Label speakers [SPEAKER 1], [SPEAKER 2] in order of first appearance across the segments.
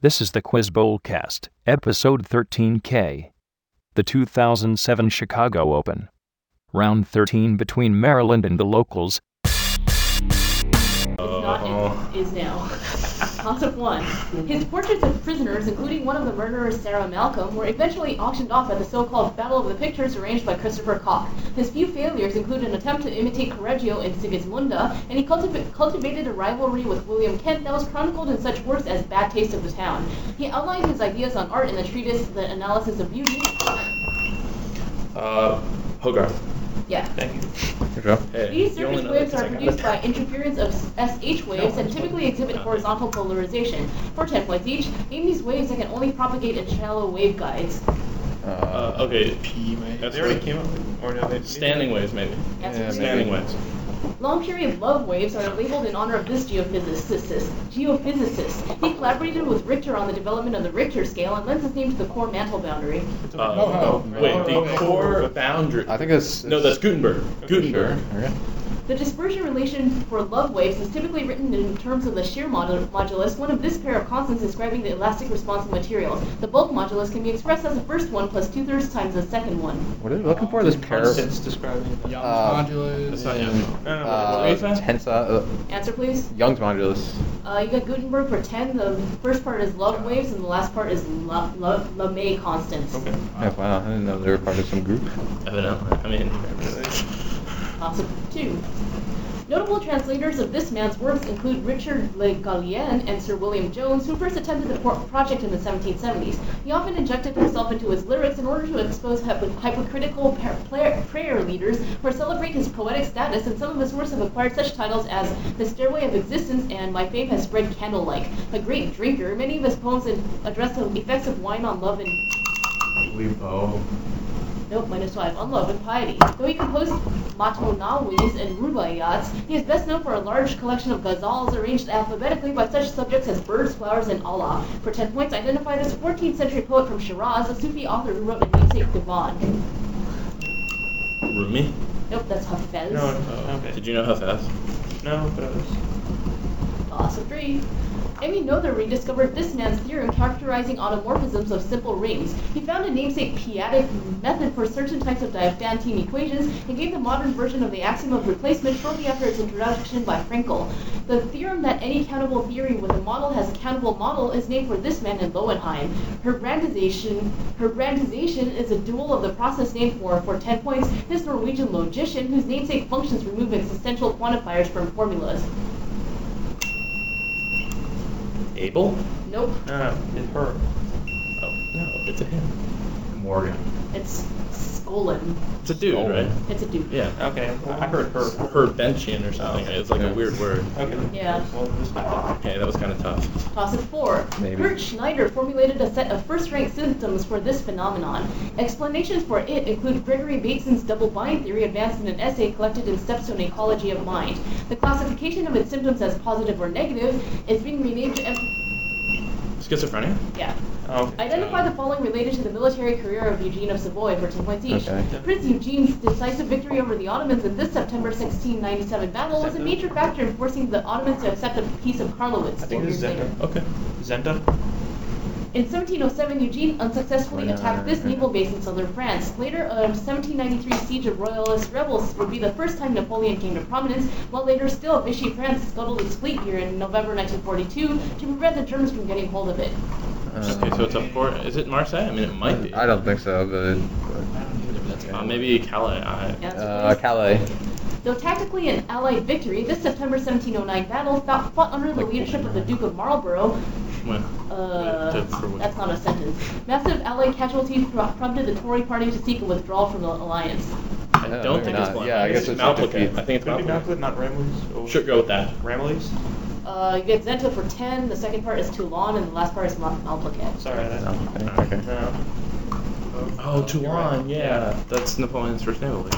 [SPEAKER 1] This is the Quiz Bowlcast, episode 13K. The 2007 Chicago Open. Round 13 between Maryland and the locals.
[SPEAKER 2] is not is, is now. Concept one. His portraits of prisoners, including one of the murderers Sarah Malcolm, were eventually auctioned off at the so-called Battle of the Pictures arranged by Christopher Koch. His few failures include an attempt to imitate Correggio in Sigismunda, and he cultiv- cultivated a rivalry with William Kent that was chronicled in such works as Bad Taste of the Town. He outlined his ideas on art in the treatise The Analysis of Beauty.
[SPEAKER 3] Uh, Hogarth.
[SPEAKER 2] Yeah.
[SPEAKER 3] Thank you.
[SPEAKER 2] These
[SPEAKER 3] You
[SPEAKER 2] surface
[SPEAKER 3] only know
[SPEAKER 2] waves
[SPEAKER 3] that 'cause
[SPEAKER 2] are
[SPEAKER 3] I got
[SPEAKER 2] produced
[SPEAKER 3] it.
[SPEAKER 2] by interference of SH waves and typically exhibit horizontal polarization. For 10 points each, name these waves that can only propagate in shallow waveguides.
[SPEAKER 3] Uh, okay.
[SPEAKER 4] P, mate.
[SPEAKER 3] Have they already came up?
[SPEAKER 4] Or no, they
[SPEAKER 3] Standing waves, maybe. Uh,
[SPEAKER 2] That's
[SPEAKER 4] Yeah,
[SPEAKER 2] what you
[SPEAKER 3] Standing
[SPEAKER 2] said.
[SPEAKER 3] waves.
[SPEAKER 2] Long period love waves are labeled in honor of this geophysicist. Geophysicist. He collaborated with Richter on the development of the Richter scale and lends his name to the core mantle boundary.
[SPEAKER 3] Uh,
[SPEAKER 4] no, no,
[SPEAKER 3] wait,
[SPEAKER 4] no,
[SPEAKER 3] the
[SPEAKER 4] no, no.
[SPEAKER 3] core boundary.
[SPEAKER 4] I think it's.
[SPEAKER 3] No, that's Gutenberg. Gutenberg.
[SPEAKER 4] Okay.
[SPEAKER 2] The dispersion relation for love waves is typically written in terms of the shear mod- modulus, one of this pair of constants describing the elastic response of materials. The bulk modulus can be expressed as the first one plus two thirds times the second one.
[SPEAKER 4] What are we looking for? This pair of
[SPEAKER 5] Constants describing the
[SPEAKER 4] Uh,
[SPEAKER 5] modulus.
[SPEAKER 3] That's not
[SPEAKER 5] and-
[SPEAKER 3] Young. No, no, what
[SPEAKER 4] uh,
[SPEAKER 3] was that?
[SPEAKER 4] tensa, uh,
[SPEAKER 2] Answer, please.
[SPEAKER 4] Young's modulus.
[SPEAKER 2] Uh, you got Gutenberg for 10. The first part is love waves, and the last part is lo- lo- Lemay constants.
[SPEAKER 3] Okay.
[SPEAKER 4] Yeah, wow, I didn't know they were part of some group.
[SPEAKER 3] Evidently. I mean,
[SPEAKER 2] Concept 2. Notable translators of this man's works include Richard Le Gallienne and Sir William Jones, who first attempted the pro- project in the 1770s. He often injected himself into his lyrics in order to expose hy- hypocritical par- player- prayer leaders or celebrate his poetic status, and some of his works have acquired such titles as The Stairway of Existence and My Fame Has Spread Candlelight. A great drinker, many of his poems ad- address the effects of wine on love and Nope, minus five. On love and piety. Though he composed matonawis and rubaiyats, he is best known for a large collection of ghazals arranged alphabetically by such subjects as birds, flowers, and Allah. For ten points, identify this 14th century poet from Shiraz, a Sufi author who wrote a namesake divan.
[SPEAKER 3] Rumi.
[SPEAKER 2] Nope, that's Hafez.
[SPEAKER 3] Okay. Did you know how fast?
[SPEAKER 5] Uh, No, but I was.
[SPEAKER 2] Loss of three. Emmy Noether rediscovered this man's theorem characterizing automorphisms of simple rings. He found a namesake p-adic method for certain types of Diophantine equations and gave the modern version of the axiom of replacement shortly after its introduction by Frenkel. The theorem that any countable theory with a model has a countable model is named for this man in Lowenheim. Herbrandization, herbrandization is a dual of the process named for, for 10 points, this Norwegian logician whose namesake functions remove existential quantifiers from formulas.
[SPEAKER 3] Abel?
[SPEAKER 2] Nope.
[SPEAKER 5] No, no, it's her.
[SPEAKER 3] Oh, no, it's a him.
[SPEAKER 4] Morgan.
[SPEAKER 2] It's Skolin.
[SPEAKER 3] It's a dude,
[SPEAKER 4] Oh.
[SPEAKER 3] right?
[SPEAKER 2] It's a dude.
[SPEAKER 3] Yeah.
[SPEAKER 5] Okay, I I heard her.
[SPEAKER 3] Herbenchian or something. It's like
[SPEAKER 4] Yeah.
[SPEAKER 3] a weird word.
[SPEAKER 5] Okay.
[SPEAKER 2] Yeah.
[SPEAKER 5] Well, this might
[SPEAKER 3] Okay, that was kind of tough.
[SPEAKER 2] Toss of four.
[SPEAKER 4] Maybe.
[SPEAKER 2] Kurt Schneider formulated a set of first-rank symptoms for this phenomenon. Explanations for it include Gregory Bateson's double bind theory advanced in an essay collected in Stepstone Ecology of Mind. The classification of its symptoms as positive or negative is being renamed to em-
[SPEAKER 3] Schizophrenia?
[SPEAKER 2] yeah.
[SPEAKER 5] Oh, okay.
[SPEAKER 2] Identify the following related to the military career of Eugene of Savoy for 10 points each.
[SPEAKER 4] Okay.
[SPEAKER 2] Prince Eugene's decisive victory over the Ottomans in this September 1697 battle was a major factor in forcing the Ottomans to accept the Peace of Karlowitz.
[SPEAKER 5] I
[SPEAKER 2] four
[SPEAKER 5] think this is
[SPEAKER 2] years later.
[SPEAKER 5] Zenda.
[SPEAKER 3] Okay.
[SPEAKER 5] Zenda?
[SPEAKER 2] In 1707, Eugene unsuccessfully
[SPEAKER 4] Why not?
[SPEAKER 2] attacked this naval base in southern France. Later, a 1793 siege of royalist rebels would be the first time Napoleon came to prominence, while later still, Vichy France scuttled its fleet here in November 1942 to prevent the Germans from getting hold of it.
[SPEAKER 3] Okay, so it's up for. Is it Marseille? I mean, it might be.
[SPEAKER 4] I don't think so, but
[SPEAKER 3] Uh, maybe Calais. I,
[SPEAKER 2] Answer,
[SPEAKER 4] uh,
[SPEAKER 2] please.
[SPEAKER 4] Calais.
[SPEAKER 2] Though tactically an Allied victory, this September 1709 battle fought, fought under the leadership of the Duke of Marlborough,
[SPEAKER 3] well,
[SPEAKER 2] Uh,
[SPEAKER 3] Wait, for what?
[SPEAKER 2] that's not a sentence. Massive Allied casualties pro- prompted the Tory party to seek a withdrawal from the alliance.
[SPEAKER 3] I
[SPEAKER 4] No,
[SPEAKER 3] don't
[SPEAKER 4] maybe
[SPEAKER 3] think it's
[SPEAKER 4] not.
[SPEAKER 3] blunt.
[SPEAKER 4] Yeah, I guess it's like
[SPEAKER 3] Malplica.
[SPEAKER 4] defeat.
[SPEAKER 3] I think it's
[SPEAKER 5] Could it be
[SPEAKER 3] Malplica.
[SPEAKER 5] Malcolm, not Oh. Ramleys? Or
[SPEAKER 3] Sure, go with that.
[SPEAKER 5] Ramleys?
[SPEAKER 2] Uh, you get Zenta for 10, the second part is Toulon, and the last part is Mal- Malplaquet.
[SPEAKER 5] Sorry, that.
[SPEAKER 4] No, okay, okay.
[SPEAKER 5] No.
[SPEAKER 3] Oh, Toulon,
[SPEAKER 5] You're right.
[SPEAKER 3] yeah. That's Napoleon's first naval base.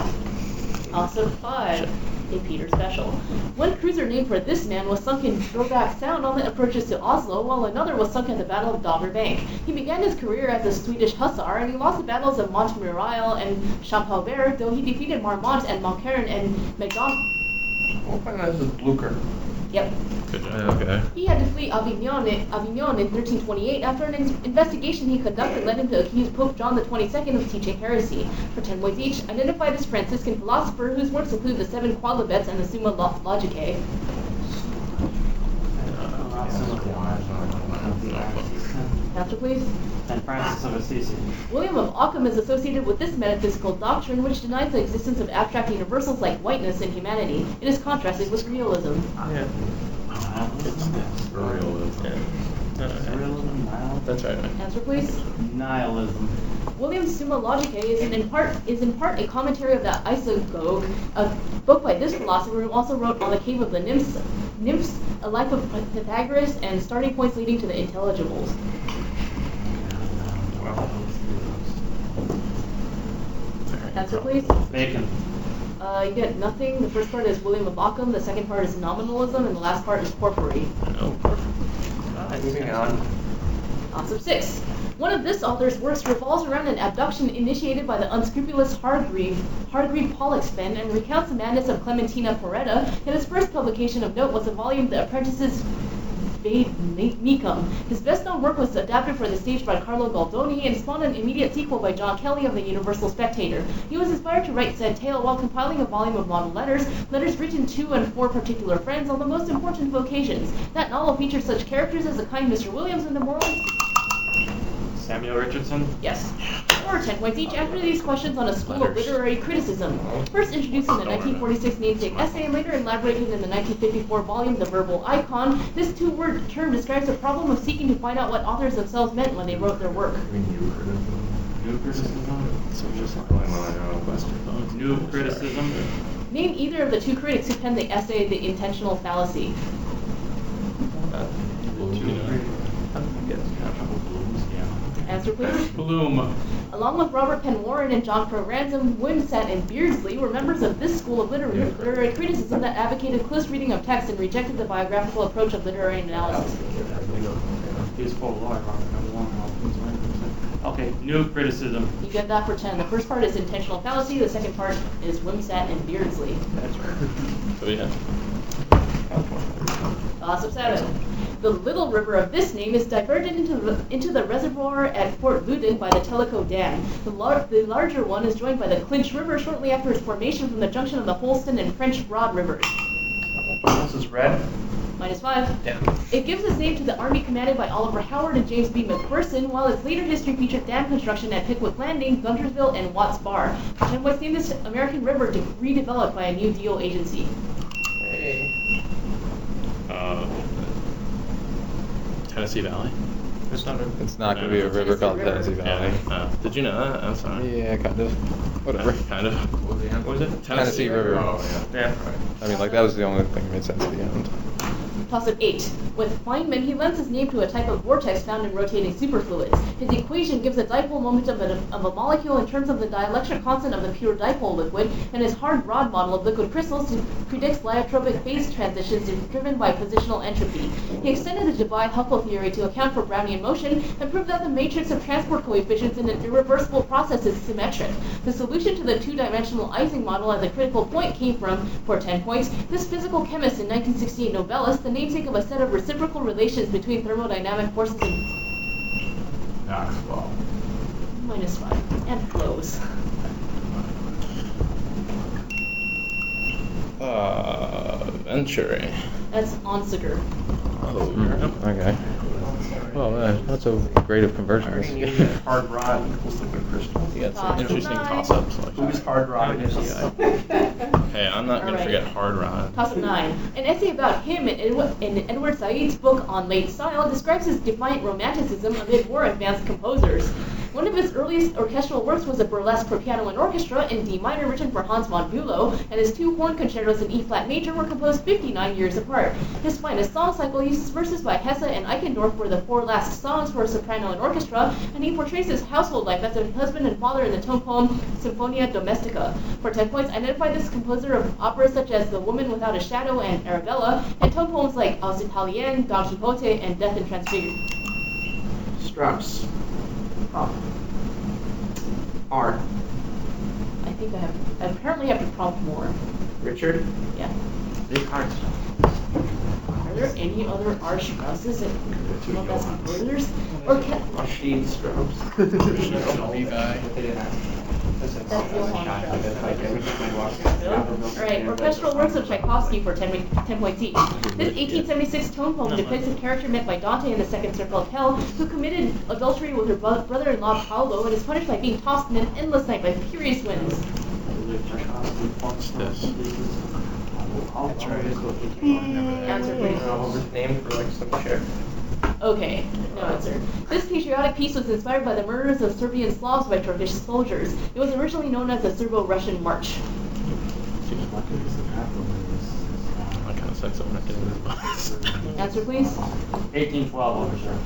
[SPEAKER 2] Also 5, a Peter special. One cruiser named for this man was sunk in Drogak Sound on the approaches to Oslo, while another was sunk at the Battle of Dogger Bank. He began his career as a Swedish hussar, and he lost the battles of Montmirail and Champaubert, though he defeated Marmont and Montcern and Macdon.
[SPEAKER 5] We'll find out if it's Blucher.
[SPEAKER 2] Yep,
[SPEAKER 3] Good job.
[SPEAKER 4] Oh, Okay.
[SPEAKER 2] He had to flee Avignon, Avignon in 1328 after an in- investigation he conducted led him to accuse Pope John XXII of teaching heresy. For 10 points each, identify this Franciscan philosopher whose works include the Seven Qualibets and the Summa Lo- Logicae. Patrick, please.
[SPEAKER 6] And Francis of Assisi.
[SPEAKER 2] William of Ockham is associated with this metaphysical doctrine, which denies the existence of abstract universals like whiteness and humanity. It is contrasted with realism.
[SPEAKER 3] Yeah. Yeah. No, I-
[SPEAKER 6] Nihilism.
[SPEAKER 3] That's right, man.
[SPEAKER 2] Answer, please.
[SPEAKER 6] Nihilism.
[SPEAKER 2] William's Summa Logicae is in part is in part a commentary of the Isagoge, a book by this philosopher who also wrote on the cave of the nymphs, nymphs, a life of Pythagoras, and starting points leading to the intelligibles. Answer, please.
[SPEAKER 6] Bacon.
[SPEAKER 2] Uh, you get nothing. The first part is William of Ockham. The second part is nominalism, and the last part is porphyry.
[SPEAKER 3] Oh, perfect.
[SPEAKER 5] Moving on.
[SPEAKER 2] Awesome six. One of this author's works revolves around an abduction initiated by the unscrupulous Hargreave, Hargreave Pollexfen, and recounts the madness of Clementina Porretta. And his first publication of note was a volume, The Apprentice's Vade Ne- Mecum. His best-known work was adapted for the stage by Carlo Goldoni and spawned an immediate sequel by John Kelly of the Universal Spectator. He was inspired to write said tale while compiling a volume of model letters, letters written to and for particular friends on the most important vocations. That novel features such characters as the kind Mr. Williams and the moral
[SPEAKER 5] Samuel Richardson.
[SPEAKER 2] Yes. Or 10 points each after these questions on a school of
[SPEAKER 3] Letters.
[SPEAKER 2] literary criticism. First introduced in the
[SPEAKER 3] Don't worry.
[SPEAKER 2] 1946 namesake essay and later elaborated in the 1954 volume The Verbal Icon, this two-word term describes the problem of seeking to find out what authors themselves meant when they wrote their work.
[SPEAKER 5] New criticism.
[SPEAKER 3] So just like
[SPEAKER 5] New criticism.
[SPEAKER 2] Name either of the two critics who penned the essay The Intentional Fallacy. Answer please.
[SPEAKER 5] Bloom.
[SPEAKER 2] Along with Robert Penn Warren and John Crow Ransom, Wimsett and Beardsley were members of this school of literary, literary criticism that advocated close reading of text and rejected the biographical approach of literary analysis.
[SPEAKER 6] He's full of life, Robert. Number one, Robert.
[SPEAKER 5] Okay, new criticism.
[SPEAKER 2] You get that for 10. The first part is intentional fallacy, the second part is Wimsett and Beardsley.
[SPEAKER 5] That's right.
[SPEAKER 3] So yeah.
[SPEAKER 2] Awesome seven. The little river of this name is diverted into the, into the reservoir at Fort Loudon by the Tellico Dam. The, lar- the larger one is joined by the Clinch River shortly after its formation from the junction of the Holston and French Broad Rivers.
[SPEAKER 5] This is red.
[SPEAKER 2] Minus five.
[SPEAKER 5] Yeah.
[SPEAKER 2] It gives its name to the army commanded by Oliver Howard and James B. McPherson, while its later history featured dam construction at Pickwick Landing, Guntersville, and Watts Bar. And what's named this American river de- redeveloped by a New Deal agency.
[SPEAKER 3] Uh, Tennessee Valley.
[SPEAKER 5] It's not a.
[SPEAKER 4] It's not gonna be a river called Tennessee Valley.
[SPEAKER 3] Yeah. Uh, did you know that? I'm sorry.
[SPEAKER 4] Yeah, kind of. Whatever.
[SPEAKER 3] Uh, kind of.
[SPEAKER 5] What was it?
[SPEAKER 4] Tennessee River.
[SPEAKER 3] Oh,
[SPEAKER 4] I
[SPEAKER 5] Yeah.
[SPEAKER 4] mean, like that was the only thing that made sense at the end.
[SPEAKER 2] Toss of 8. With Feynman, he lends his name to a type of vortex found in rotating superfluids. His equation gives the dipole moment of a, of a molecule in terms of the dielectric constant of the pure dipole liquid, and his hard rod model of liquid crystals to- predicts lyotropic phase transitions driven by positional entropy. He extended the Debye-Huckel theory to account for Brownian motion and proved that the matrix of transport coefficients in an irreversible process is symmetric. The solution to the two-dimensional Ising model at the critical point came from, for 10 points, this physical chemist in 1968 Novellis, the namesake of a set of reciprocal relations between thermodynamic forces and
[SPEAKER 4] Knoxville.
[SPEAKER 2] minus 5 and flows.
[SPEAKER 3] Uh, Venturi.
[SPEAKER 2] That's Onsager.
[SPEAKER 3] Oh.
[SPEAKER 4] Okay. Well, uh, not so great of conversions.
[SPEAKER 6] Hard rod equals liquid crystal.
[SPEAKER 3] You got
[SPEAKER 2] Five.
[SPEAKER 3] some interesting
[SPEAKER 2] Nine.
[SPEAKER 3] toss-ups. Like
[SPEAKER 6] Who's hard rod is?
[SPEAKER 3] that. Hey, I'm not gonna
[SPEAKER 2] Alright.
[SPEAKER 3] forget Hard Rod.
[SPEAKER 2] Topic 9. An essay about him in, Edw- in Edward Said's book on late style describes his defiant romanticism amid more advanced composers. One of his earliest orchestral works was a burlesque for piano and orchestra in D minor written for Hans von Bülow, and his two horn concertos in E-flat major were composed 59 years apart. His finest song cycle uses verses by Hesse and Eichendorff for the four last songs for soprano and orchestra, and he portrays his household life as a husband and father in the tone poem Symphonia Domestica. For 10 points, identify this composer of operas such as The Woman Without a Shadow and Arabella, and tone poems like Aus Italien, Don Quixote, and Death and Transfigured.
[SPEAKER 7] Strauss. R.
[SPEAKER 2] I think I have, I apparently have to prompt more.
[SPEAKER 7] Richard.
[SPEAKER 2] Yeah.
[SPEAKER 5] Descartes.
[SPEAKER 2] Are there any other R. Strausses and Nobels and Brothers? Or can,
[SPEAKER 7] Rashid Strauss.
[SPEAKER 2] that's Johann Strauss.
[SPEAKER 5] All
[SPEAKER 2] Alright, orchestral works of Tchaikovsky for 10, re- 10 points each. This 1876 tone poem depicts a character met by Dante in the second circle of hell who committed adultery with her bro- brother-in-law Paolo and is punished by being tossed in an endless night by furious winds.
[SPEAKER 3] this?
[SPEAKER 5] That's
[SPEAKER 2] Answer please.
[SPEAKER 7] His name for like some chick.
[SPEAKER 2] Okay, no answer. This patriotic piece was inspired by the murders of Serbian Slavs by Turkish soldiers. It was originally known as the Serbo-Russian March.
[SPEAKER 3] I kind of sense I'm not getting this box.
[SPEAKER 2] Answer please.
[SPEAKER 5] 1812, officer.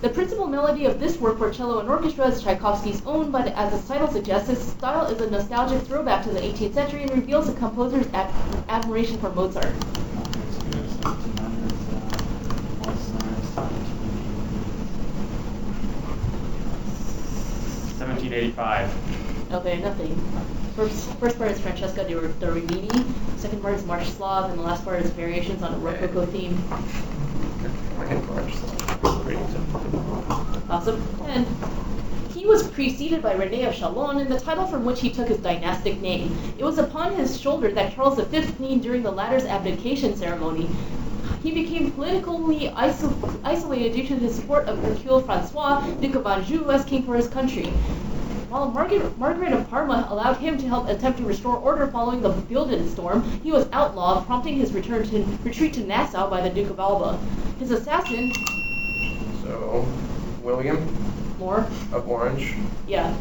[SPEAKER 2] The principal melody of this work for cello and orchestra is Tchaikovsky's own, but as its title suggests, its style is a nostalgic throwback to the 18th century and reveals the composer's ad- admiration for Mozart.
[SPEAKER 5] Seventeen eighty-five.
[SPEAKER 2] Okay, nothing. First, first part is Francesca di the Rimini, second part is March Slav, and the last part is variations on a Rococo theme. Awesome. And he was preceded by Rene of Chalon in the title from which he took his dynastic name. It was upon his shoulder that Charles V leaned during the latter's abdication ceremony. He became politically iso- isolated due to his support of Hercule Francois, Duke of Anjou, as king for his country. While Margaret, Margaret of Parma allowed him to help attempt to restore order following the Bilden storm, he was outlawed, prompting his return to retreat to Nassau by the Duke of Alba. His assassin,
[SPEAKER 7] So, William
[SPEAKER 2] Moore,
[SPEAKER 7] of Orange.
[SPEAKER 2] yeah,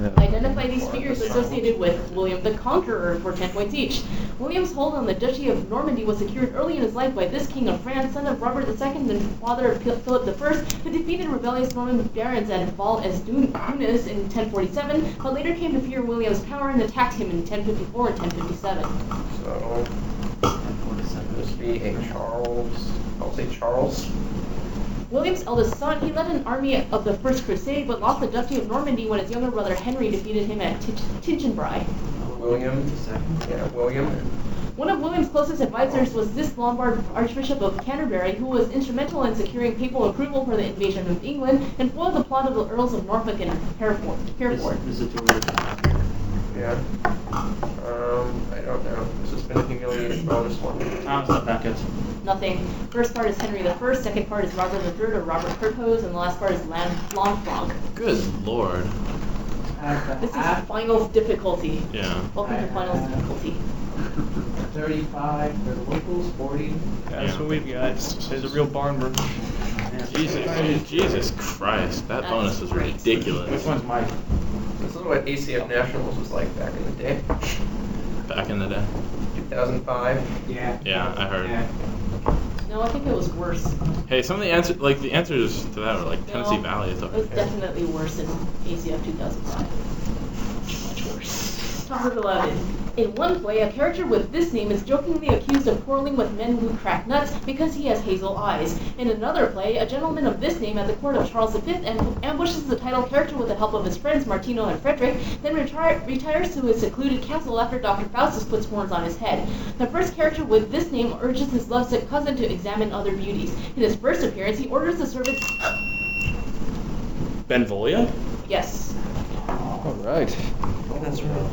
[SPEAKER 4] Yeah.
[SPEAKER 2] Identify these figures associated with William the Conqueror for 10 points each. William's hold on the Duchy of Normandy was secured early in his life by this King of France, son of Robert II and father of Phil- Philip I, who defeated rebellious Norman barons at Val es Dun- Dunes in 1047, but later came to fear William's power and attacked him in 1054 and 1057.
[SPEAKER 7] So, this would be a Charles. I'll say Charles.
[SPEAKER 2] William's eldest son, he led an army of the First Crusade, but lost the Duchy of Normandy when his younger brother Henry defeated him at Tich- Tinchinbrai.
[SPEAKER 7] William. Yeah, William.
[SPEAKER 2] One of William's closest advisors was this Lombard Archbishop of Canterbury, who was instrumental in securing papal approval for the invasion of England and foiled the plot of the Earls of Norfolk and Hereford. Hereford.
[SPEAKER 5] This is a
[SPEAKER 7] Yeah. Um, I don't know. This has been humiliating bonus one.
[SPEAKER 5] Thomas the Becket.
[SPEAKER 2] Nothing. First part is Henry the First, second part is Robert the Third or Robert Purpose, and the last part is Lam- Lanfranc.
[SPEAKER 3] Good lord.
[SPEAKER 5] Uh,
[SPEAKER 2] This is finals difficulty.
[SPEAKER 3] Yeah.
[SPEAKER 2] Welcome to finals difficulty.
[SPEAKER 7] Thirty-five for the locals. Forty.
[SPEAKER 3] Yeah.
[SPEAKER 6] That's what we've got. There's a real barn burner.
[SPEAKER 3] Jesus, Jesus Christ, that bonus is
[SPEAKER 2] That's great.
[SPEAKER 5] Which
[SPEAKER 3] ridiculous.
[SPEAKER 5] one's Mike?
[SPEAKER 7] This is what ACF Nationals was like back in the day.
[SPEAKER 3] Back in the day.
[SPEAKER 7] 2005.
[SPEAKER 6] Yeah.
[SPEAKER 3] Yeah, I heard.
[SPEAKER 2] No, I think it was worse.
[SPEAKER 3] Hey, some of the answers, like the answers to that were like
[SPEAKER 2] No.
[SPEAKER 3] Tennessee Valley is
[SPEAKER 2] It
[SPEAKER 3] up
[SPEAKER 2] was
[SPEAKER 3] here.
[SPEAKER 2] definitely worse in ACF 2005. Much worse. Topic 11. In one play, a character with this name is jokingly accused of quarreling with men who crack nuts because he has hazel eyes. In another play, a gentleman of this name at the court of Charles V am- ambushes the title character with the help of his friends Martino and Frederick, then retire- retires to his secluded castle after Dr. Faustus puts horns on his head. The first character with this name urges his lovesick cousin to examine other beauties. In his first appearance, he orders the servants.
[SPEAKER 3] Benvolia?
[SPEAKER 2] Yes.
[SPEAKER 4] All right.
[SPEAKER 7] That's right.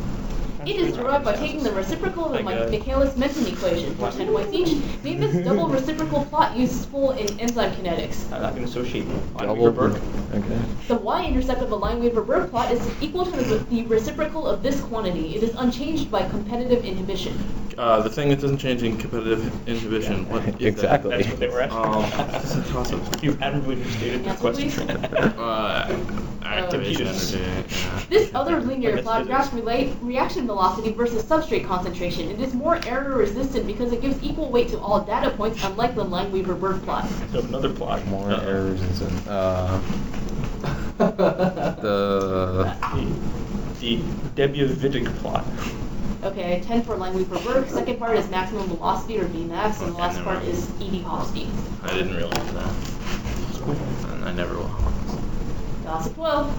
[SPEAKER 2] It is derived by taking the reciprocal of the
[SPEAKER 3] Thank God.
[SPEAKER 2] Michaelis menten equation for 10 points each. Name this double reciprocal plot useful in enzyme kinetics.
[SPEAKER 6] I'm not gonna associate
[SPEAKER 4] Double.
[SPEAKER 6] Weaver Burke.
[SPEAKER 4] Okay.
[SPEAKER 2] The y-intercept of a Lineweaver-Burke plot is equal to the, the reciprocal of this quantity. It is unchanged by competitive inhibition.
[SPEAKER 3] Uh, the thing that doesn't change in competitive inhibition. What is that?
[SPEAKER 4] Exactly.
[SPEAKER 6] That's what they were
[SPEAKER 3] Um, uh, this is
[SPEAKER 6] asking.
[SPEAKER 3] awesome.
[SPEAKER 6] You admirably stated the
[SPEAKER 2] Yes,
[SPEAKER 6] question.
[SPEAKER 3] Uh, activation
[SPEAKER 6] Computers.
[SPEAKER 3] energy. yeah.
[SPEAKER 2] This other linear
[SPEAKER 6] Like
[SPEAKER 2] plot
[SPEAKER 6] it's
[SPEAKER 2] graphs relate reaction velocity versus substrate concentration. It is more error resistant because it gives equal weight to all data points, unlike the Lineweaver-Burke plot.
[SPEAKER 6] So another plot.
[SPEAKER 4] More
[SPEAKER 6] Uh-oh.
[SPEAKER 4] errors and some. Uh, the
[SPEAKER 6] The- The Debian-Vidic plot.
[SPEAKER 2] Okay, 10 for Lineweaver-Burke. Second part is maximum velocity or Vmax, and the
[SPEAKER 3] Okay,
[SPEAKER 2] last
[SPEAKER 3] never
[SPEAKER 2] part
[SPEAKER 3] mind.
[SPEAKER 2] is E Edie-Hopstein.
[SPEAKER 3] I didn't realize that. And I never will.
[SPEAKER 2] Gossip 12.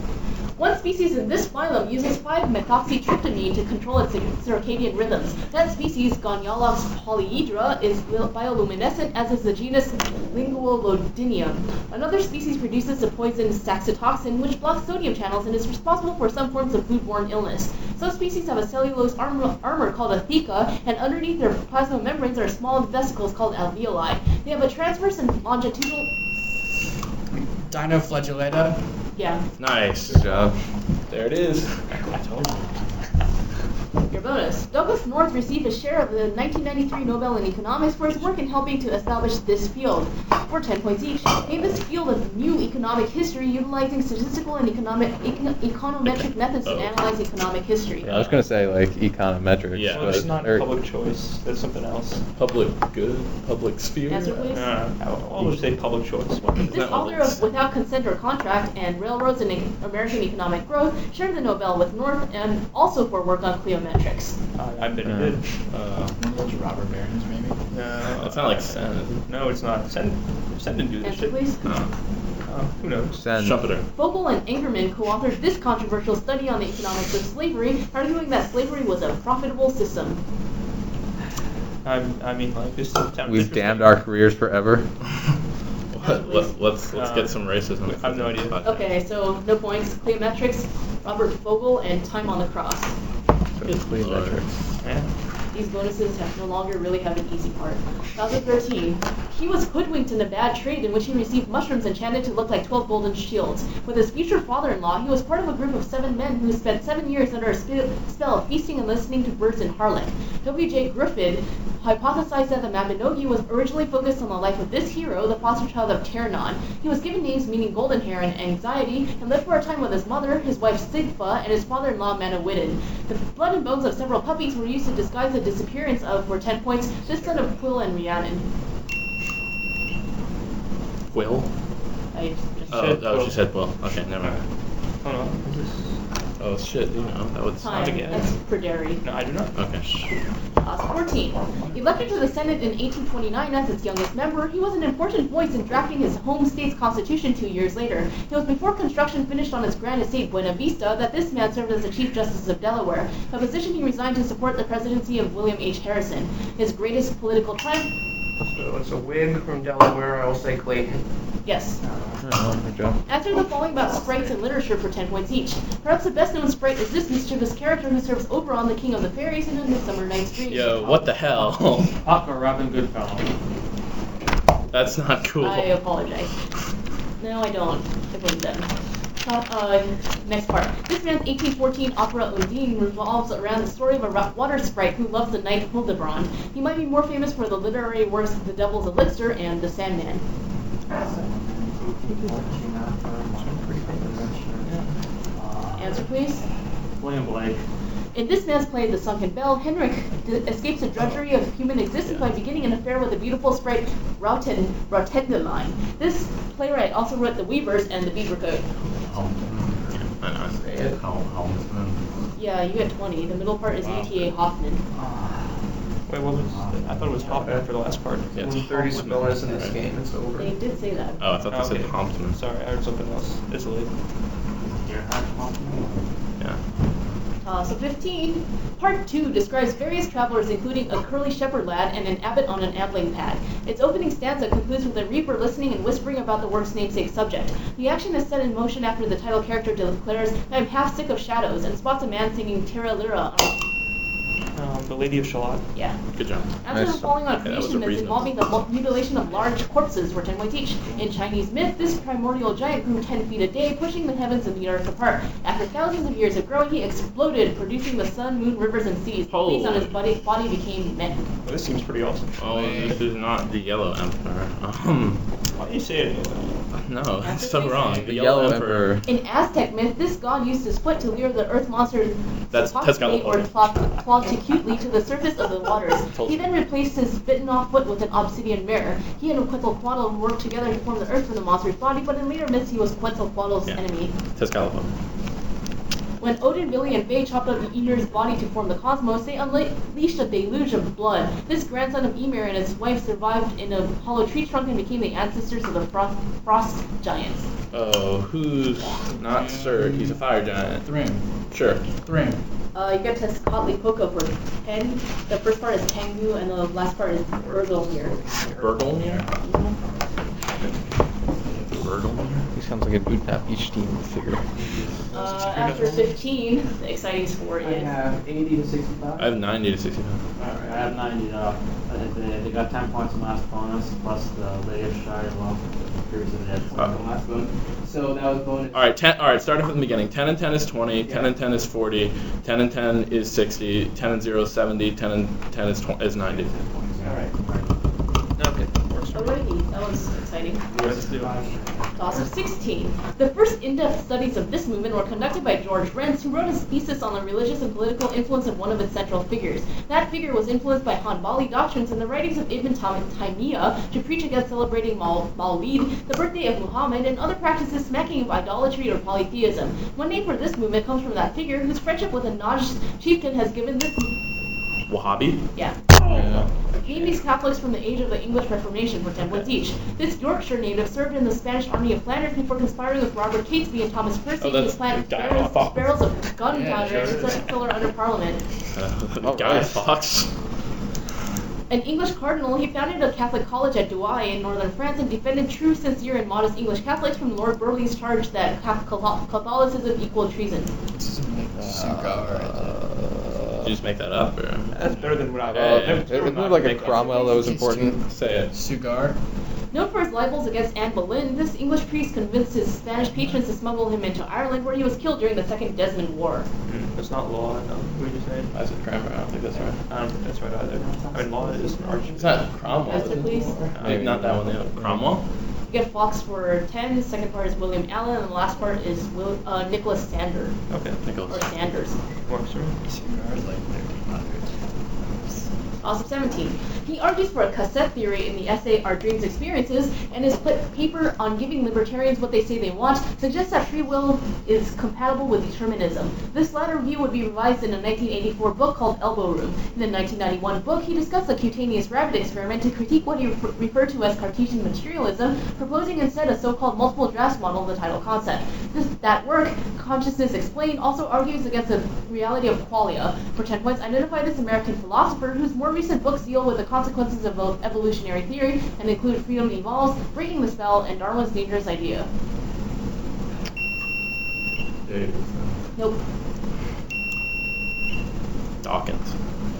[SPEAKER 2] One species in this phylum uses 5-methoxytryptamine to control its circadian rhythms. That species, Gonyalops polyhedra, is bil- bioluminescent, as is the genus Linguolodinia. Another species produces the poison saxitoxin, which blocks sodium channels and is responsible for some forms of foodborne illness. Some species have a cellulose armor, armor called a theca, and underneath their plasma membranes are small vesicles called alveoli. They have a transverse and longitudinal.
[SPEAKER 6] Dinoflagellata.
[SPEAKER 2] Yeah,
[SPEAKER 3] Nice job. There it is.
[SPEAKER 2] Your bonus. Douglas North received a share of the 1993 Nobel in Economics for his work in helping to establish this field. For 10 points each, name this field of new economic history utilizing statistical and economic econ- econometric methods to
[SPEAKER 3] Oh.
[SPEAKER 2] analyze economic history.
[SPEAKER 4] Yeah, I was gonna say like econometrics.
[SPEAKER 3] Yeah.
[SPEAKER 4] but-
[SPEAKER 3] Well, it's
[SPEAKER 4] or-
[SPEAKER 6] choice. That's something else.
[SPEAKER 3] Public good, public sphere.
[SPEAKER 2] Answer, please.
[SPEAKER 3] Uh,
[SPEAKER 6] I will always say public choice.
[SPEAKER 3] Isn't
[SPEAKER 2] This
[SPEAKER 3] that what
[SPEAKER 2] author
[SPEAKER 3] it is?
[SPEAKER 2] of Without Consent or Contract and Railroads and E- American Economic Growth shared the Nobel with North and also for work on cleometrics.
[SPEAKER 6] I bet he
[SPEAKER 4] Yeah.
[SPEAKER 6] did.
[SPEAKER 3] Uh,
[SPEAKER 5] Those robber barons, maybe?
[SPEAKER 6] No.
[SPEAKER 3] That's not like sand.
[SPEAKER 6] No, it's not. Send, send and do this
[SPEAKER 2] Answer,
[SPEAKER 6] shit.
[SPEAKER 2] please.
[SPEAKER 3] Uh,
[SPEAKER 6] Uh, who knows?
[SPEAKER 4] Send.
[SPEAKER 3] Trumpeter.
[SPEAKER 2] Vogel and Ingerman co-authored this controversial study on the economics of slavery, arguing that slavery was a profitable system.
[SPEAKER 6] I, I mean, like this sounds
[SPEAKER 4] We've
[SPEAKER 6] interesting.
[SPEAKER 4] damned our careers forever.
[SPEAKER 3] What? Let's let's, let's
[SPEAKER 6] Uh,
[SPEAKER 3] get some racism.
[SPEAKER 6] I have no idea.
[SPEAKER 2] Okay, so no points. Cleometrics, Robert Vogel, and Time on the Cross.
[SPEAKER 3] Good lord.
[SPEAKER 6] Yeah.
[SPEAKER 2] These bonuses have no longer really have an easy part. Chapter 13. He was hoodwinked in a bad trade in which he received mushrooms enchanted to look like 12 golden shields. With his future father-in-law, he was part of a group of seven men who spent seven years under a spe- spell of feasting and listening to birds in Harlech. W.J. Griffin hypothesized that the Mabinogi was originally focused on the life of this hero, the foster child of Ternan. He was given names meaning golden hair and anxiety, and lived for a time with his mother, his wife Sigfa, and his father-in-law Manawidden. The blood and bones of several puppies were used to disguise the disappearance of, for 10 points, the son of Quill and Rhiannon.
[SPEAKER 3] Quill.
[SPEAKER 2] I just
[SPEAKER 3] Oh,
[SPEAKER 6] said
[SPEAKER 3] oh,
[SPEAKER 6] quill.
[SPEAKER 3] she said quill. Okay, never mind.
[SPEAKER 6] Hold on. Is this-
[SPEAKER 3] Oh shit, you know that would
[SPEAKER 2] time.
[SPEAKER 3] sound
[SPEAKER 6] again.
[SPEAKER 2] That's Perderi.
[SPEAKER 6] No, I do not.
[SPEAKER 3] Okay. shh.
[SPEAKER 2] Uh, 14. Elected to the Senate in 1829 as its youngest member, he was an important voice in drafting his home state's constitution two years later. It was before construction finished on his grand estate, Buena Vista, that this man served as the Chief Justice of Delaware, a position he resigned to support the presidency of William H. Harrison. His greatest political triumph?
[SPEAKER 7] So it's a wig from Delaware, I will say Clayton.
[SPEAKER 2] Yes.
[SPEAKER 4] Oh, good job.
[SPEAKER 2] Answer the following about sprites in literature for 10 points each. Perhaps the best known sprite is this mischievous character who serves Oberon, the king of the fairies, in A Midsummer Night's Dream.
[SPEAKER 3] Yo, what the hell?
[SPEAKER 5] Huck or Robin Goodfellow?
[SPEAKER 3] That's not cool.
[SPEAKER 2] I apologize. No, I don't. I blame them. Uh, uh, next part. This man's 1814 opera Undine revolves around the story of a ra- water sprite who loves the knight Hildebrand. He might be more famous for the literary works The Devil's Elixir and The Sandman. Answer, please.
[SPEAKER 5] William Blake.
[SPEAKER 2] In this man's play, The Sunken Bell, Henrik d- escapes the drudgery of human existence by beginning an affair with the beautiful sprite Rauten Rautendeline. This playwright also wrote The Weavers and The Beaver Goat.
[SPEAKER 3] I know.
[SPEAKER 7] Say it.
[SPEAKER 2] Yeah, you get 20. The middle part is E.T.A. Hoffman.
[SPEAKER 6] Wait, what was? I thought it was Hoffman after the last part.
[SPEAKER 3] Yeah, it's
[SPEAKER 7] When 30
[SPEAKER 3] Hoffman.
[SPEAKER 7] spellers in this game, it's over.
[SPEAKER 2] They did say that.
[SPEAKER 3] Oh, I thought they said
[SPEAKER 6] Okay.
[SPEAKER 3] Compton.
[SPEAKER 6] Sorry, I heard something else. It's late.
[SPEAKER 3] Yeah.
[SPEAKER 2] Uh, so 15, part 2 describes various travelers, including a curly shepherd lad and an abbot on an ambling pad. Its opening stanza concludes with a reaper listening and whispering about the work's namesake subject. The action is set in motion after the title character declares, I'm half sick of shadows, and spots a man singing Tira Lira. on-
[SPEAKER 6] Um, the Lady of Shalott.
[SPEAKER 2] Yeah.
[SPEAKER 3] Good job.
[SPEAKER 2] After the
[SPEAKER 4] Nice.
[SPEAKER 2] falling on
[SPEAKER 3] Yeah, that was
[SPEAKER 2] creation
[SPEAKER 3] a
[SPEAKER 2] myths
[SPEAKER 3] reason.
[SPEAKER 2] involving the mul- mutilation of large corpses for 10 points each. In Chinese myth, this primordial giant grew 10 feet a day, pushing the heavens and the earth apart. After thousands of years of growing, he exploded, producing the sun, moon, rivers, and seas. The leaves on his body,
[SPEAKER 3] Holy.
[SPEAKER 2] body became men.
[SPEAKER 6] Well, this seems pretty awesome.
[SPEAKER 3] Oh, this is not the Yellow Emperor. Um,
[SPEAKER 6] Why do you say it?
[SPEAKER 3] no, that's
[SPEAKER 2] what
[SPEAKER 3] so
[SPEAKER 2] they
[SPEAKER 3] wrong.
[SPEAKER 2] said.
[SPEAKER 3] The,
[SPEAKER 4] The
[SPEAKER 3] Yellow, Emperor.
[SPEAKER 2] In Aztec myth, this god used his foot to lure the earth monster
[SPEAKER 3] That's
[SPEAKER 2] Tezcatlipoca or
[SPEAKER 3] Tezcatlipoca.
[SPEAKER 2] Tlaloc to the surface of the waters.
[SPEAKER 3] Told
[SPEAKER 2] He
[SPEAKER 3] you.
[SPEAKER 2] then replaced his bitten off foot with an obsidian mirror. He and Quetzalcoatl worked together to form the earth from the monster's body, but in later myths, he was Quetzalcoatl's
[SPEAKER 3] Yeah.
[SPEAKER 2] enemy.
[SPEAKER 3] Tezcatlipoca.
[SPEAKER 2] When Odin, Billy, and Ve chopped up the Emir's body to form the cosmos, they unleashed a deluge of blood. This grandson of Emir and his wife survived in a hollow tree trunk and became the ancestors of the frost, frost giants.
[SPEAKER 3] Oh, who's not Sirk? He's a fire giant.
[SPEAKER 5] Thrim,
[SPEAKER 3] Sure.
[SPEAKER 5] Thrim.
[SPEAKER 2] Uh, you got to test Coatlicocca for 10. The first part is Tengu, and the last part is Uh, Urgelmir.
[SPEAKER 3] Burglemir? Burglemir?
[SPEAKER 4] He sounds like a good map each team would figure out.
[SPEAKER 2] Uh, after 15, the exciting score
[SPEAKER 6] I
[SPEAKER 2] is.
[SPEAKER 6] have 80 to
[SPEAKER 3] I
[SPEAKER 6] 65.
[SPEAKER 3] have 90 to 65.
[SPEAKER 5] Alright, I have ninety up. I think They, they got ten points in last bonus, plus the latest shot, well, previous of it.
[SPEAKER 3] Uh,
[SPEAKER 6] Last one. So that was bonus.
[SPEAKER 3] All right, ten, all right. Starting from the beginning. Ten and ten is twenty. Ten and ten is forty. Ten and ten is sixty. Ten and zero is seventy. Ten and ten is tw- is ninety.
[SPEAKER 6] All right.
[SPEAKER 7] Okay. Works for me.
[SPEAKER 2] Alrighty, that was exciting.
[SPEAKER 3] Let's do it.
[SPEAKER 2] Class of 16. The first in-depth studies of this movement were conducted by George Renz, who wrote his thesis on the religious and political influence of one of its central figures. That figure was influenced by Hanbali doctrines and the writings of Ibn Tam- Taymiyyah to preach against celebrating Mal- Mawlid, the birthday of Muhammad, and other practices smacking of idolatry or polytheism. One name for this movement comes from that figure, whose friendship with a Najd chieftain has given this...
[SPEAKER 3] Wahhabi.
[SPEAKER 2] Yeah.
[SPEAKER 3] Yeah.
[SPEAKER 2] Named these Catholics from the age of the English Reformation for 10 points each. This Yorkshire native served in the Spanish army of Flanders before conspiring with Robert Catesby and Thomas Percy to
[SPEAKER 3] Oh, that's- Oh.
[SPEAKER 2] plant
[SPEAKER 3] Guy
[SPEAKER 2] barrels,
[SPEAKER 3] Fawkes.
[SPEAKER 2] barrels of gunpowder
[SPEAKER 7] Yeah, sure
[SPEAKER 2] to set
[SPEAKER 7] is.
[SPEAKER 2] a pillar under Parliament.
[SPEAKER 3] Uh,
[SPEAKER 4] All
[SPEAKER 3] Guy
[SPEAKER 4] right.
[SPEAKER 3] Fox.
[SPEAKER 2] An English cardinal, he founded a Catholic college at Douai in northern France and defended true, sincere, and modest English Catholics from Lord Burleigh's charge that Cath- Catholicism equaled treason.
[SPEAKER 3] Did you just make that up? Or?
[SPEAKER 7] That's better than what I.
[SPEAKER 3] Yeah, yeah.
[SPEAKER 4] It it looked like a Cromwell that was important.
[SPEAKER 3] Say it.
[SPEAKER 5] Sugar.
[SPEAKER 2] Known for his libels against Anne Boleyn, this English priest convinced his Spanish patrons to smuggle him into Ireland, where he was killed during the Second Desmond War.
[SPEAKER 7] That's not law. I know. What are you saying?
[SPEAKER 3] That's a grammar. I don't think that's right.
[SPEAKER 7] I don't think Um, that's right either. I mean, law is an arch.
[SPEAKER 3] It's not Cromwell.
[SPEAKER 2] Master,
[SPEAKER 3] Is it?
[SPEAKER 2] please.
[SPEAKER 3] Uh, not that one. The other. Cromwell.
[SPEAKER 2] You get Fox for 10, the second part is William Allen, and the last part is Will, uh, Nicholas Sander,
[SPEAKER 7] Okay.
[SPEAKER 2] or
[SPEAKER 3] Nicholas.
[SPEAKER 2] Sanders.
[SPEAKER 7] Works for me.
[SPEAKER 5] Sugar's like thirteen hundred.
[SPEAKER 2] Also 17. He argues for a cassette theory in the essay Our Dreams Experiences, and his pla- paper on giving libertarians what they say they want suggests that free will is compatible with determinism. This latter view would be revised in a 1984 book called Elbow Room. In the 1991 book, he discussed the cutaneous rabbit experiment to critique what he refer- referred to as Cartesian materialism, proposing instead a so-called multiple drafts model of the title concept. This, that work, Consciousness Explained, also argues against the reality of qualia. For 10 points, identify this American philosopher whose more recent books deal with the consequences of ev- evolutionary theory and include Freedom Evolves, Breaking the Spell, and Darwin's Dangerous Idea. Nope.
[SPEAKER 3] Dawkins.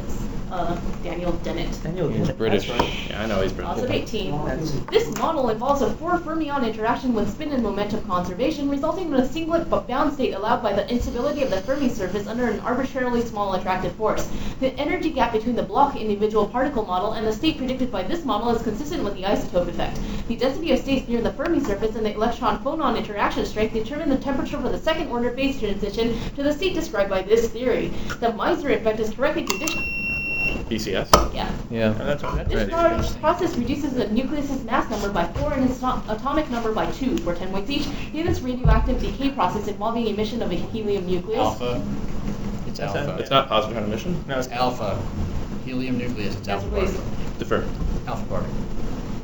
[SPEAKER 2] It's, uh, Daniel Dennett.
[SPEAKER 7] Daniel
[SPEAKER 4] He was British.
[SPEAKER 3] Yeah, I know he's
[SPEAKER 2] Odds of
[SPEAKER 3] British.
[SPEAKER 2] 18.
[SPEAKER 6] That's-
[SPEAKER 2] This model involves a four fermion interaction with spin and momentum conservation, resulting in a singlet but bound state allowed by the instability of the Fermi surface under an arbitrarily small attractive force. The energy gap between the block individual particle model and the state predicted by this model is consistent with the isotope effect. The density of states near the Fermi surface and the electron-phonon interaction strength determine the temperature for the second-order phase transition to the state described by this theory. The Meissner effect is correctly predicted.
[SPEAKER 3] BCS.
[SPEAKER 2] Yeah.
[SPEAKER 7] And
[SPEAKER 4] Yeah.
[SPEAKER 7] that's all.
[SPEAKER 2] This
[SPEAKER 4] Right.
[SPEAKER 2] pro- process reduces the nucleus's mass number by 4 and its ato- atomic number by 2 for 10 weights each in this radioactive decay process involving emission of a helium nucleus.
[SPEAKER 5] Alpha. It's
[SPEAKER 7] That's
[SPEAKER 5] alpha.
[SPEAKER 3] It's not positive on emission.
[SPEAKER 7] No,
[SPEAKER 5] It's alpha. Helium nucleus, it's
[SPEAKER 2] That's
[SPEAKER 5] alpha
[SPEAKER 2] what it is.
[SPEAKER 5] particle.
[SPEAKER 3] Defer.
[SPEAKER 5] Alpha particle.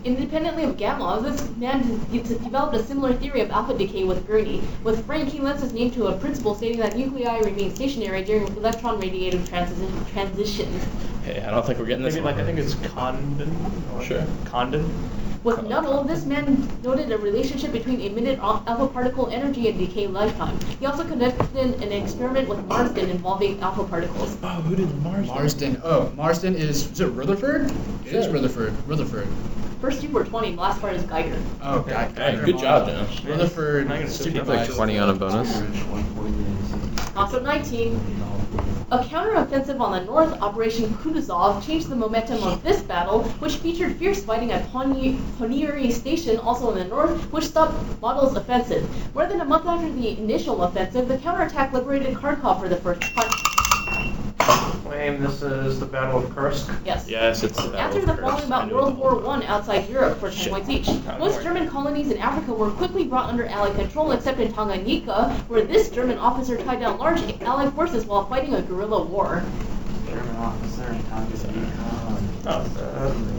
[SPEAKER 2] Independently of Gamow, this man de- de- developed a similar theory of alpha decay with Gurney. With Frank, he lends his name to a principle stating that nuclei remain stationary during electron radiative transi- transitions.
[SPEAKER 3] Hey, I don't think we're getting this
[SPEAKER 7] Maybe
[SPEAKER 3] one.
[SPEAKER 7] like I think it's Condon. or
[SPEAKER 3] Sure.
[SPEAKER 7] Condon.
[SPEAKER 2] With Nuttall, this man noted a relationship between emitted al- alpha particle energy and decay lifetime. He also conducted an experiment with Marsden involving alpha particles.
[SPEAKER 3] Oh, who did Mars?
[SPEAKER 5] Marsden. Oh, Marsden is is it Rutherford? It is
[SPEAKER 3] Yeah.
[SPEAKER 5] Rutherford. Rutherford.
[SPEAKER 2] First two were 20, the last part is Geiger.
[SPEAKER 5] Oh, God.
[SPEAKER 3] Hey, good job, Dennis.
[SPEAKER 5] Rutherford.
[SPEAKER 7] I got a
[SPEAKER 5] supervised-
[SPEAKER 4] It's like 20 on a
[SPEAKER 7] Oh,
[SPEAKER 4] bonus.
[SPEAKER 2] Also 19. A counteroffensive on the north, Operation Kutuzov, changed the momentum of this battle, which featured fierce fighting at Pony- Ponieri Station, also in the north, which stopped Model's offensive. More than a month after the initial offensive, the counterattack liberated Kharkov for the first time.
[SPEAKER 7] claim this is the Battle of Kursk.
[SPEAKER 2] Yes.
[SPEAKER 3] Yes, it's the Battle
[SPEAKER 2] Answers
[SPEAKER 3] of
[SPEAKER 2] the
[SPEAKER 3] Kursk.
[SPEAKER 2] following about
[SPEAKER 3] I know
[SPEAKER 2] World
[SPEAKER 3] the
[SPEAKER 2] War
[SPEAKER 3] whole-
[SPEAKER 2] One outside Europe for 10
[SPEAKER 7] Shit.
[SPEAKER 2] points each.
[SPEAKER 7] Not
[SPEAKER 2] Most
[SPEAKER 7] important.
[SPEAKER 2] German colonies in Africa were quickly brought under Allied control, except in Tanganyika, where this German officer tied down large Allied forces while fighting a guerrilla war.
[SPEAKER 5] German officer in Tanganyika.
[SPEAKER 7] Oh, um,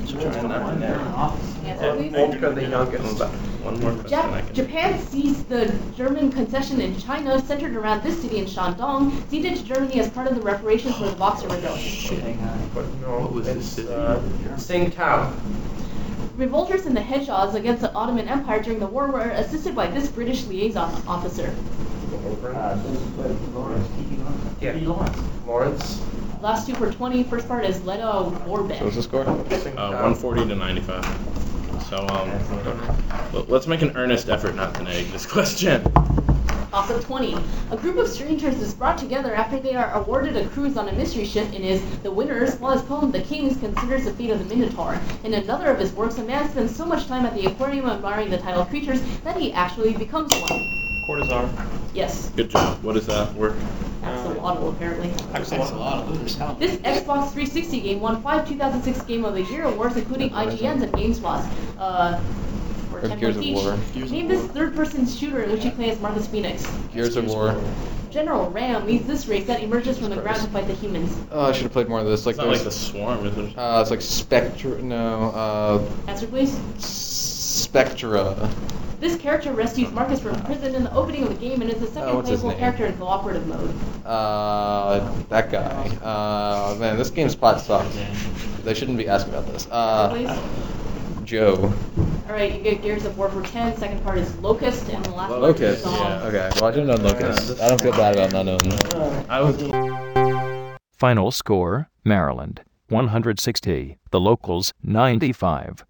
[SPEAKER 5] German officer.
[SPEAKER 2] Yes,
[SPEAKER 7] And
[SPEAKER 2] we-
[SPEAKER 7] Volker the youngest.
[SPEAKER 3] One more question I
[SPEAKER 2] Jap-
[SPEAKER 3] can.
[SPEAKER 2] Japan seized the German concession in China, centered around this city in Shandong, ceded to Germany as part of the reparations for the Boxer Rebellion.
[SPEAKER 5] Shanghai.
[SPEAKER 7] But
[SPEAKER 3] What
[SPEAKER 7] no,
[SPEAKER 3] was this
[SPEAKER 7] it's
[SPEAKER 3] city?
[SPEAKER 7] uh, Tsingtao.
[SPEAKER 2] Revolters in the Hedgehogs against the Ottoman Empire during the war were assisted by this British liaison officer.
[SPEAKER 5] Uh, this is with Lawrence, T.E. Lawrence.
[SPEAKER 7] Yeah.
[SPEAKER 5] T.E. Lawrence.
[SPEAKER 7] Lawrence.
[SPEAKER 2] Last two for 20. First part is Leto
[SPEAKER 4] So what's
[SPEAKER 2] Warbeck.
[SPEAKER 4] the score?
[SPEAKER 3] Uh,
[SPEAKER 7] Tsingtao.
[SPEAKER 3] 140 to 95. So um, l- let's make an earnest effort not to nag this question.
[SPEAKER 2] Also 20. A group of strangers is brought together after they are awarded a cruise on a mystery ship and is the winners, while his poem The Kings considers the fate of the Minotaur. In another of his works, a man spends so much time at the aquarium admiring the tidal creatures that he actually becomes one.
[SPEAKER 7] Cortazar.
[SPEAKER 2] Yes,
[SPEAKER 3] Good job. What is that work?
[SPEAKER 2] axolotl apparently.
[SPEAKER 6] That's a lot of losers, hell.
[SPEAKER 2] This Xbox 360 game won five 2006 Game of the Year awards, including IGN's and GameSpot's. Uh, for
[SPEAKER 4] Or
[SPEAKER 2] 10
[SPEAKER 4] Gears
[SPEAKER 2] points
[SPEAKER 4] of
[SPEAKER 2] each.
[SPEAKER 4] War.
[SPEAKER 6] Gears of
[SPEAKER 2] Name
[SPEAKER 6] War.
[SPEAKER 2] this third-person shooter in which you play as Marcus Phoenix.
[SPEAKER 4] Gears of War.
[SPEAKER 2] General Ram leads this race that emerges from the ground to fight the humans.
[SPEAKER 4] Oh, I should have played more of this. Like
[SPEAKER 3] It's not like the
[SPEAKER 4] there's-
[SPEAKER 3] swarm, is it?
[SPEAKER 4] Uh, it's like Spectra. No. Uh,
[SPEAKER 2] Answer please.
[SPEAKER 4] Spectra.
[SPEAKER 2] This character rescues Marcus from prison in the opening of the game and is the second
[SPEAKER 4] Uh, what's his
[SPEAKER 2] playable
[SPEAKER 4] name?
[SPEAKER 2] character in cooperative mode.
[SPEAKER 4] Uh, that guy. Uh, man, this game's plot sucks. They shouldn't be asking about this.
[SPEAKER 2] please.
[SPEAKER 4] Uh, Joe.
[SPEAKER 2] Alright, you get Gears of War for 10. Second part is Locust, and the last part is
[SPEAKER 4] Locust.
[SPEAKER 2] Zom.
[SPEAKER 3] yeah.
[SPEAKER 4] Okay, well, I should have known Locust. I don't feel bad about not knowing that.
[SPEAKER 3] I was.
[SPEAKER 1] Final score Maryland 160, the locals 95.